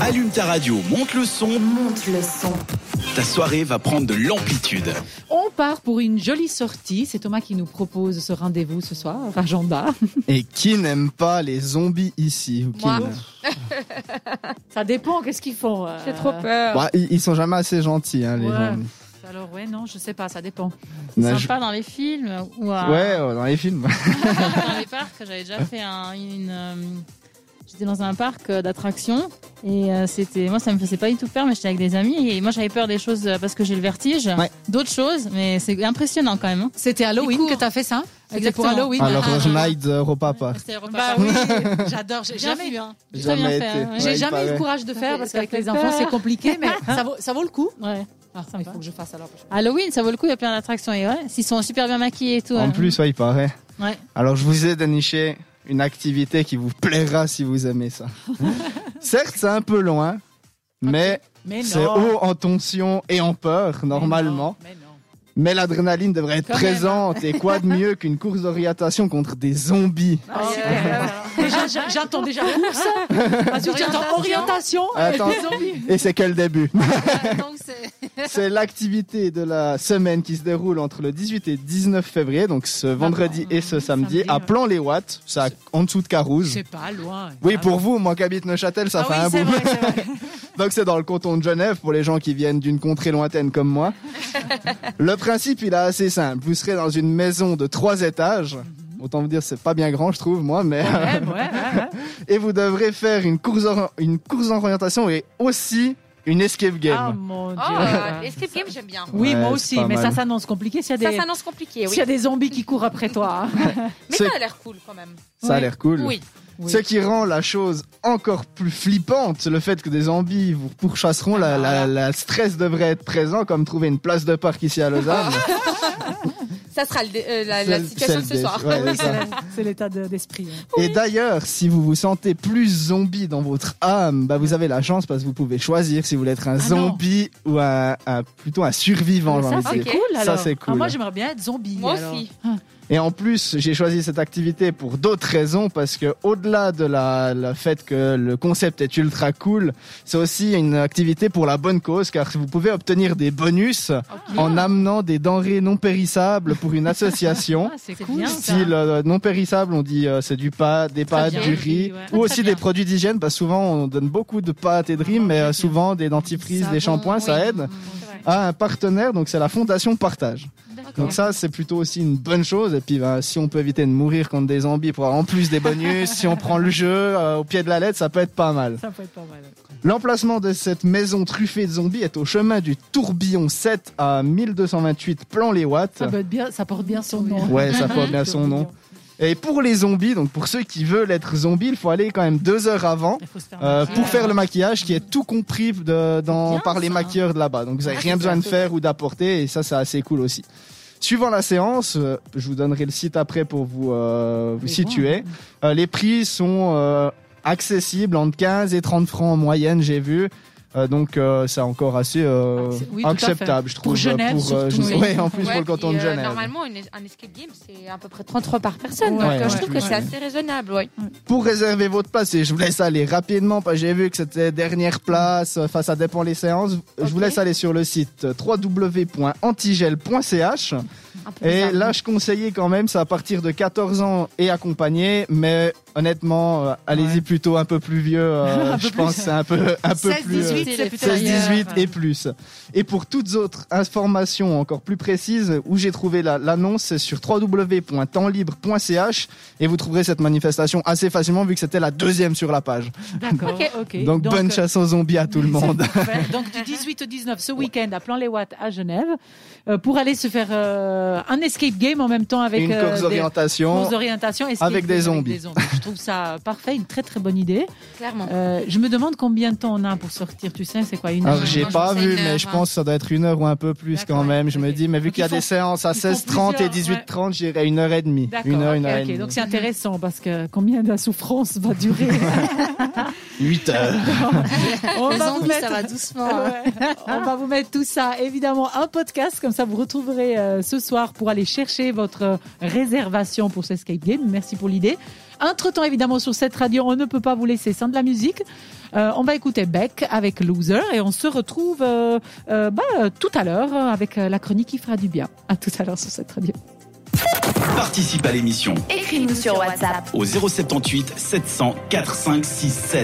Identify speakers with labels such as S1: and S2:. S1: Allume ta radio, monte le son,
S2: Monte le son.
S1: ta soirée va prendre de l'amplitude.
S3: On part pour une jolie sortie. C'est Thomas qui nous propose ce rendez-vous ce soir, agenda.
S4: Et qui n'aime pas les zombies ici ou qui
S5: Moi.
S4: n'aime-
S3: Ça dépend, qu'est-ce qu'ils font euh,
S5: J'ai trop peur.
S4: Bah, ils, ils sont jamais assez gentils, hein, les
S3: ouais.
S4: zombies.
S3: Alors ouais, non, je sais pas, ça dépend.
S4: Nah,
S5: Sympa
S4: Bah, je-
S5: dans les films ou à-
S4: Ouais, ouais, dans les films.
S5: dans les parcs. J'avais déjà fait un- une. euh, J'étais dans un parc euh, d'attractions et euh, c'était moi ça me faisait pas du tout peur mais j'étais avec des amis et moi j'avais peur des choses euh, parce que j'ai le vertige
S4: Ouais.
S5: d'autres choses mais c'est impressionnant quand même hein.
S3: C'était
S5: Les
S3: Halloween
S5: cours.
S3: que t'as fait ça C'était
S5: Exactement.
S3: pour Halloween
S4: Alors,
S5: ah,
S4: je
S5: ah,
S4: Night euh, Repapa.
S5: C'était
S3: Bah
S5: repas par-
S3: oui, j'adore. J'ai
S5: Bien
S3: jamais,
S5: vu, hein. J'ai
S4: Jamais
S5: très bien
S4: été.
S5: fait. hein, ouais.
S3: j'ai
S4: il
S3: jamais eu
S4: paraît.
S3: le courage de faire
S5: fait-
S3: parce
S5: ça
S3: qu'avec
S5: fait
S3: les
S5: peur.
S3: enfants c'est compliqué, mais ça vaut, ça vaut le coup.
S5: Ouais. Ah,
S3: Il
S5: sympa.
S3: faut que je fasse alors.
S5: Halloween, ça vaut le coup, il y a plein d'attractions. Et ouais, s'ils sont super bien maquillés et tout.
S4: En
S5: hein.
S4: plus, ouais, il paraît.
S5: Ouais.
S4: Alors, je vous ai déniché une activité qui vous plaira si vous aimez ça. Certes, c'est un peu loin, mais
S3: Mais
S4: c'est haut en tension et en peur, normalement.
S3: Mais non.
S4: Mais l'adrénaline devrait être
S5: Quand même.
S4: présente. Et quoi de mieux qu'une course d'orientation contre des zombies
S3: Ah, c'est pas- Déjà, j'a- j'attends déjà course. Ensuite, j'attends orientation.
S4: Attends, et c'est que le début.
S5: Donc c'est.
S4: C'est l'activité de la semaine qui se déroule entre le 18 et 19 février, donc ce vendredi et ce samedi,
S3: Ah, bah, samedi,
S4: à
S3: ouais.
S4: Plan-les-Watts, c'est à- en dessous de Carouze.
S3: C'est pas loin.
S4: Oui, pour vous, moi qui habite Neuchâtel, ça fait
S3: ah
S4: un
S3: oui, c'est
S4: bout.
S3: vrai, c'est vrai.
S4: Donc c'est dans le canton de Genève pour les gens qui viennent d'une contrée lointaine comme moi. le principe, il est assez simple. Vous serez dans une maison de trois étages. Autant vous dire, c'est pas bien grand, je trouve, moi, mais.
S3: Mhm. Ouais, ouais, ouais, ouais.
S4: Et vous devrez faire une course, en- une course en orientation et aussi une escape
S3: Ah
S4: game.
S3: mon dieu.
S6: Oh, euh, escape game, j'aime bien.
S3: Oui,
S4: Ouais,
S3: moi
S4: c'est
S3: aussi,
S4: pas
S3: mais
S4: mal.
S3: ça s'annonce compliqué s'il y a
S6: Ça
S3: des,
S6: s'annonce compliqué,
S3: s'il
S6: oui.
S3: y a des zombies qui courent après toi. hein.
S6: Mais ça a l'air cool quand même.
S4: Ça a l'air cool.
S6: Ah, Oui.
S3: Oui.
S4: Ce qui rend la chose encore plus flippante, c'est le fait que des zombies vous pourchasseront, la,
S6: Ah.
S4: la, la stress devrait être présent, comme trouver une place de parc ici à Lausanne.
S6: Ça sera le dé- euh, la, la
S4: C'est le-
S6: situation de
S4: c'est
S6: ce
S4: le
S6: soir.
S4: dé- ouais, c'est ça.
S3: C'est l'état de- d'esprit. hein.
S4: Et d'ailleurs, si vous vous sentez plus zombie dans votre âme, bah vous avez la chance parce que vous pouvez choisir si vous voulez être un
S3: Ah non.
S4: zombie ou un, un- plutôt un survivant. j'ai envie de
S3: ça, c'est
S4: dire.
S6: ok.
S3: cool
S4: Ça,
S3: alors.
S4: c'est cool.
S3: Ah, moi, j'aimerais bien être zombie.
S6: Moi
S3: alors.
S6: aussi.
S4: Et en plus, j'ai choisi cette activité pour d'autres raisons parce que au-delà de la, le fait que le concept est ultra cool, c'est aussi une activité pour la bonne cause car vous pouvez obtenir des bonus en amenant des denrées non périssables pour une association.
S3: Ah, c'est
S5: C'est
S3: cool.
S5: bien.
S3: ça.
S4: Si le euh, non périssable, on dit euh, c'est du pâte, des pâtes,
S5: bien.
S4: du riz,
S5: Oui,
S4: ou
S5: ouais. Très
S4: aussi
S5: bien. Oh,
S4: des produits d'hygiène, parce que souvent on donne beaucoup de pâtes et de riz, mais euh, souvent des dentifrices, des shampoings, ça aide à un partenaire, donc c'est la fondation Partage. Donc ça, c'est plutôt aussi une bonne chose, et puis bah, si on peut éviter de mourir contre des zombies pour avoir en plus des bonus, si on prend le jeu euh, au pied de la lettre, ça peut être pas mal.
S3: Ça peut être pas mal.
S4: L'emplacement de cette maison truffée de zombies est au chemin du Tourbillon 7 à 1228 Plan les Watts.
S5: Ah
S3: Ça, peut être bien, ça porte bien son
S5: bah.
S3: nom.
S4: Ouais, ça porte bien son nom. Et pour les zombies, donc pour ceux qui veulent être zombies, il faut aller quand même deux heures avant
S3: Il faut se faire
S4: euh,
S3: maquiller.
S4: pour faire le maquillage qui est tout compris de- dans-
S5: Bien,
S4: par les
S5: ça.
S4: maquilleurs de là-bas. Donc vous n'avez
S6: Ah,
S4: rien
S6: c'est
S4: besoin de
S6: bien.
S4: faire ou d'apporter et ça, c'est assez cool aussi. Suivant la séance, euh, je vous donnerai le site après pour vous, euh, vous
S3: Mais
S4: situer. Euh, les prix sont euh, accessibles entre 15 et 30 francs en moyenne, j'ai vu. Euh, donc euh, c'est encore assez euh,
S3: Ah, c'est- oui, tout à fait.
S4: acceptable, je trouve.
S3: Pour Genève, surtout,
S4: Genève.
S3: oui.
S4: Ouais, en plus
S6: Ouais,
S4: pour le
S6: puis,
S4: canton de
S6: euh,
S4: Genève.
S6: normalement, une es- un escape game, c'est à peu près 33 par personne.
S3: Ouais,
S6: donc
S4: ouais,
S6: euh, je
S3: ouais,
S6: trouve
S3: ouais.
S6: que c'est assez raisonnable, oui.
S4: Pour réserver votre place, et je vous laisse aller rapidement, parce que j'ai vu que c'était dernière place, enfin ça dépend les séances, je vous
S6: Ok.
S4: laisse aller sur le site euh, www.antigel.ch.
S6: Un peu
S4: Et
S6: bizarre.
S4: là, je conseillais quand même, c'est à partir de 14 ans et accompagné, mais honnêtement, euh, allez-y
S3: Ouais.
S4: plutôt un peu plus vieux, euh,
S3: Un peu
S4: je
S3: plus.
S4: pense que c'est un peu, un peu plus... euh,
S3: 16-18, c'est plutôt
S4: 16, 18
S3: ailleurs.
S4: et plus. Et pour toutes autres informations encore plus précises, où j'ai trouvé la- l'annonce, c'est sur www.templibre.ch et vous trouverez cette manifestation assez facilement vu que c'était la deuxième sur la page.
S3: D'accord.
S6: Ok.
S3: ok.
S4: Donc, bonne
S3: euh,
S4: chasse aux zombies à tout le monde.
S3: Parfait. Donc du 18 au 19 ce week-end à Plan les Watts à Genève euh, pour aller se faire euh, un escape game en même temps avec
S4: Une
S3: euh,
S4: course
S3: des
S4: d'orientation.
S3: courses d'orientation escape
S4: avec
S3: game
S4: des zombies.
S3: Je trouve ça parfait, une très très bonne idée.
S6: Clairement.
S3: Euh, je me demande combien de temps on a pour sortir. Tu sais, c'est quoi une
S4: Alors,
S3: heure
S4: Ah, j'ai
S6: Moi, je
S4: pas
S6: pensais
S4: vu,
S6: une
S4: mais je
S6: heure,
S4: pense que ça doit être une heure ou un peu plus
S3: D'accord,
S4: quand même.
S3: ouais,
S4: Je me
S3: ok.
S4: dis, mais vu
S3: Donc,
S4: qu'il y a
S3: ils font-
S4: des séances à
S3: ils font
S4: 16h30 et
S3: plusieurs, ouais.
S4: 18h30, j'irai une heure et demie.
S3: D'accord.
S4: Une heure,
S3: ok,
S4: une heure
S3: ok.
S4: et
S3: Donc
S4: demie.
S3: c'est intéressant parce que combien de la souffrance va durer
S4: 8 heures.
S3: On
S5: Les
S3: va vous
S5: zombies,
S3: mettre-
S5: ça va doucement. hein.
S3: Ouais. On va vous mettre tout ça, évidemment, un podcast, comme ça vous euh, retrouverez euh, ce soir pour aller chercher votre réservation pour ce escape game. Merci pour l'idée. Entre-temps, évidemment, sur cette radio, on ne peut pas vous laisser sans de la musique. Euh, on va écouter Beck avec Loser et on se retrouve euh, euh, bah, euh, tout à l'heure euh, avec euh, la chronique qui fera du bien. À tout à l'heure sur cette radio.
S1: Participe à l'émission
S2: Écris-nous sur WhatsApp.
S1: au 078 700 4567.